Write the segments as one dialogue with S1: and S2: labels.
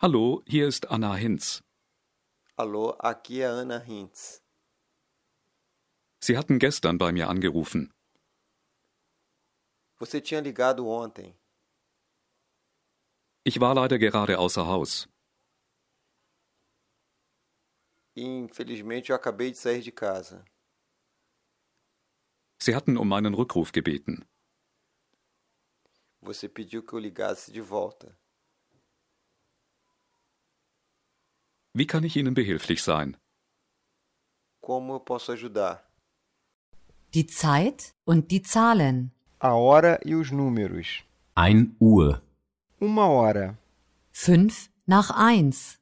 S1: Hallo, hier ist Anna Hinz.
S2: Alô, aqui é Ana Hintz.
S1: Sie hatten gestern bei mir angerufen.
S2: Você tinha ligado ontem.
S1: Ich war leider gerade außer Haus.
S2: E, infelizmente eu acabei de sair de casa.
S1: Sie hatten um meinen Rückruf gebeten.
S2: Você pediu que eu ligasse de volta.
S1: Wie kann ich Ihnen behilflich sein?
S2: Como eu posso ajudar?
S3: die Zeit und die Zahlen.
S4: A hora e os números.
S5: 1 Uhr,
S4: Uma hora.
S3: Fünf nach eins.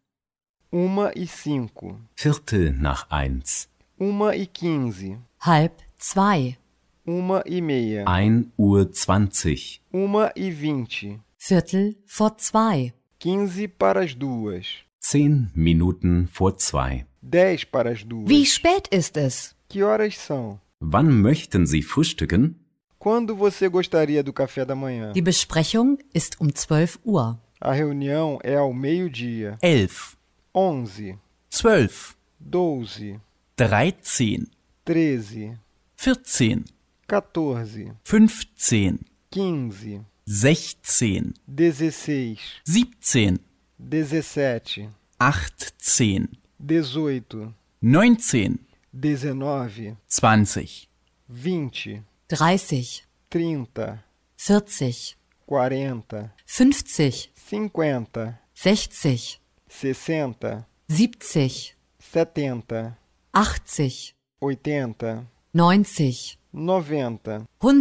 S4: Uma e cinco.
S5: Viertel nach 1,
S4: Uma e quinze.
S3: Halb zwei.
S4: Uma e meia.
S5: 1 Uhr 20,
S4: Uma e vinte.
S3: Viertel vor zwei.
S4: Quinze para as duas.
S5: 10 Minuten vor 2.
S4: Dez para as duas.
S3: Wie spät ist es?
S4: Que horas são?
S5: Wann möchten Sie frühstücken?
S4: Quando você gostaria do café da manhã?
S3: Die Besprechung ist um 12 Uhr.
S4: A reunião é ao meio-dia.
S6: 11,
S4: Onze.
S6: 12,
S4: Doze.
S6: 13,
S4: Treze.
S6: 14,
S4: Quatorze.
S6: 15,
S4: Quinze.
S6: 16,
S4: Dezesseis.
S6: 17,
S4: Dezessete.
S6: 18,
S4: Dezoito.
S6: 19,
S4: Dezenove.
S6: 20,
S4: Vinte.
S3: 30,
S4: Trinta.
S3: 40,
S4: Quarenta.
S3: 50,
S4: Cinquenta.
S3: 60,
S4: 60,
S3: 70,
S4: 70,
S3: 80,
S4: 80,
S3: 90,
S4: 90,
S3: 100,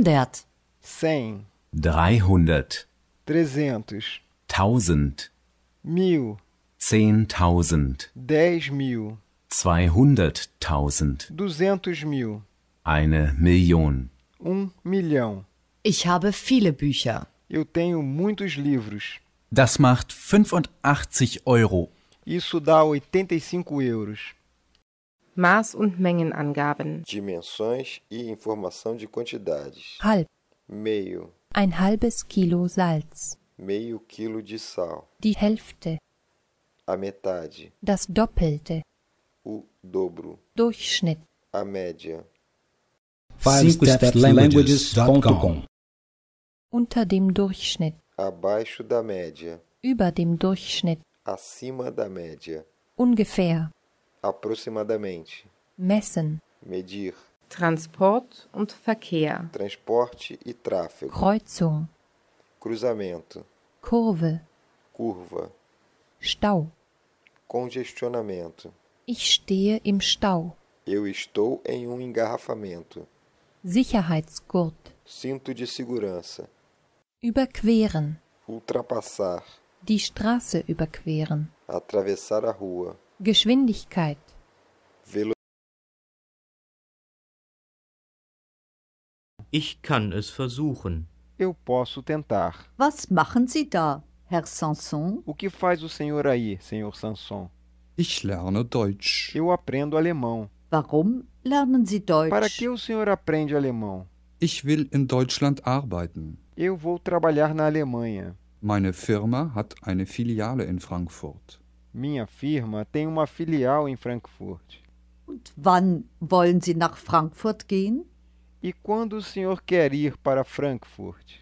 S4: 100,
S5: 300,
S4: 300,
S5: 1000,
S4: 1000,
S5: 10.000,
S4: 10 mil,
S5: 200.000,
S4: 200 mil,
S5: eine Million.
S4: 1 milhão.
S3: Ich habe viele Bücher.
S4: Eu tenho muitos livros.
S6: das macht 85 Euro.
S4: Isso dá 85 euros.
S7: Maß- und Mengenangaben.
S2: Dimensões e informação de quantidades.
S8: Halb.
S2: Meio,
S8: Ein halbes Kilo Salz.
S2: meio quilo de sal.
S8: Die Hälfte.
S2: A metade,
S8: Das Doppelte.
S2: o dobro,
S8: Durchschnitt.
S2: a média.
S9: FiveStepsLanguages.com
S8: Unter dem Durchschnitt.
S2: Abaixo da média,
S8: Über dem Durchschnitt.
S2: acima da média.
S8: Ungefähr.
S2: Aproximadamente.
S8: Messen.
S2: Medir.
S7: Transport und Verkehr.
S2: Transporte e tráfego.
S8: Kreuzung.
S2: Cruzamento.
S8: Kurve.
S2: Curva.
S8: Stau.
S2: Congestionamento.
S8: Ich stehe im Stau.
S2: Eu estou em um engarrafamento.
S8: Sicherheitsgurt.
S2: Cinto de segurança.
S8: Überqueren.
S2: Ultrapassar.
S8: Die Straße überqueren.
S2: Atravessar a rua.
S8: Geschwindigkeit.
S2: Velo
S10: Ich kann es versuchen.
S4: Eu posso tentar.
S11: Was machen Sie da, Herr Sanson?
S4: O que faz o senhor aí, senhor Sanson?
S9: Ich lerne Deutsch.
S4: Eu aprendo alemão.
S11: Warum lernen Sie Deutsch?
S4: Para que o senhor aprende alemão?
S9: Ich will in Deutschland arbeiten.
S4: Eu vou trabalhar na Alemanha.
S9: Meine Firma hat eine Filiale in Frankfurt.
S4: Minha firma tem uma filial em Frankfurt.
S11: Und wann wollen Sie nach Frankfurt gehen?
S4: E quando o senhor quer ir para Frankfurt?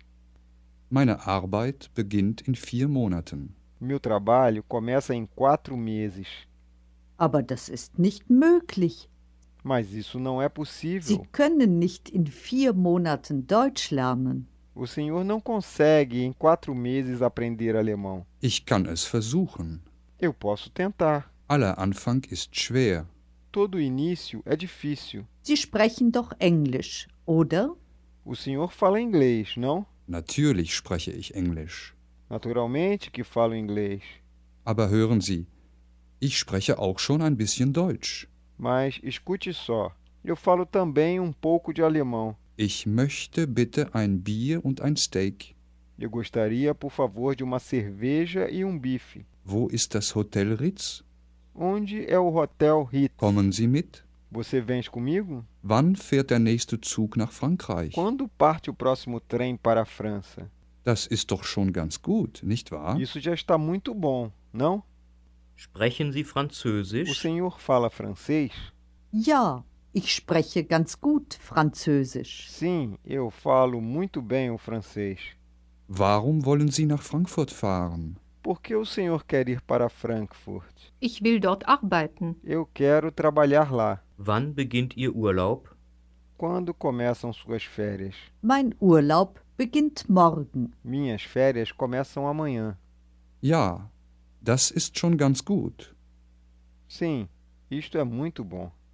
S9: Meine Arbeit beginnt in vier Monaten.
S4: Meu trabalho começa em quatro meses.
S11: Aber das ist nicht möglich.
S4: Mas isso não é
S11: Sie
S4: possível.
S11: können nicht in vier Monaten Deutsch lernen.
S4: O senhor não consegue em quatro meses aprender alemão.
S9: Ich kann es versuchen.
S4: Eu posso tentar.
S9: Aller Anfang ist schwer.
S4: Todo início é difícil.
S11: Sie sprechen doch Englisch, oder?
S4: O senhor fala inglês, não?
S9: Natürlich spreche ich Englisch.
S4: Naturalmente que falo inglês.
S9: Aber hören Sie, ich spreche auch schon ein bisschen Deutsch.
S4: Mas escute só. Eu falo também um pouco de alemão.
S9: Ich möchte bitte ein Bier und ein Steak.
S4: Eu gostaria, por favor, de uma cerveja e um bife.
S9: Wo ist das Hotel Ritz?
S4: Onde é o Hotel Ritz?
S9: Kommen Sie mit?
S4: Você vem comigo?
S9: Wann fährt der nächste Zug nach Frankreich?
S4: Quando parte o próximo trem para a França?
S9: Das ist doch schon ganz gut, nicht wahr?
S4: Isso já está muito bom, não?
S10: Sprechen Sie
S4: O
S10: Französisch?
S4: senhor fala francês?
S11: Ja, ich spreche ganz gut Französisch.
S4: Sim, eu falo muito bem o francês.
S9: Warum wollen Sie nach Frankfurt fahren?
S4: Por que o senhor quer ir para Frankfurt?
S12: Ich will dort arbeiten.
S4: Eu quero trabalhar lá.
S10: Wann beginnt Ihr Urlaub?
S4: Quando começam suas férias?
S11: Mein Urlaub beginnt morgen.
S4: Minhas férias começam amanhã.
S9: Ja, das ist schon ganz gut.
S4: Sim, isto é muito bom.